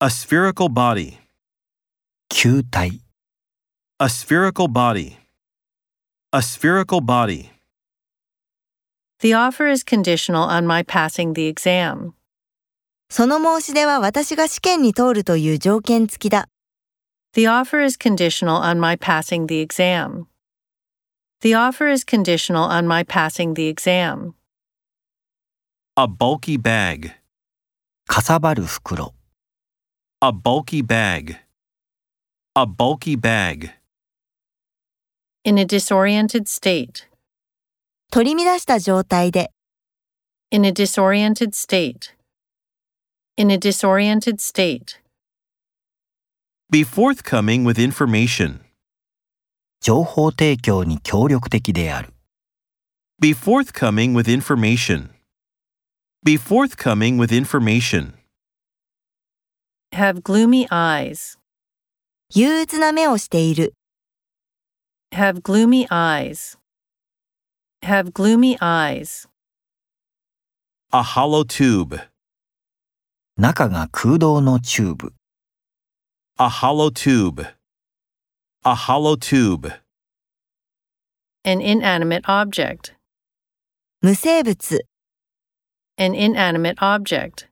A spherical body. 球体 A spherical body. A spherical body. The offer is conditional on my passing the exam. その申し出は私が試験に通るという条件付きだ。 The offer is conditional on my passing the exam. The offer is conditional on my passing the exam. A bulky bag. かさばる袋 A bulky bag. A bulky bag. In a disoriented state. 取り乱した状態で、 In a disoriented state. In a disoriented state. Be forthcoming with information. 情報提供に協力的である Be forthcoming with information. Be forthcoming with information. Have gloomy eyes. 憂鬱な目をしている。 Have gloomy eyes. Have gloomy eyes. A hollow tube. 中が空洞のチューブ A hollow tube. A hollow tube. An inanimate object. 無生物、 An inanimate object.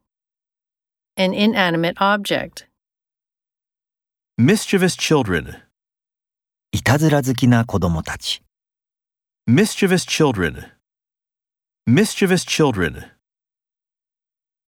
An inanimate object. Mischievous children. いたずら好きな子供たち Mischievous children. Mischievous children.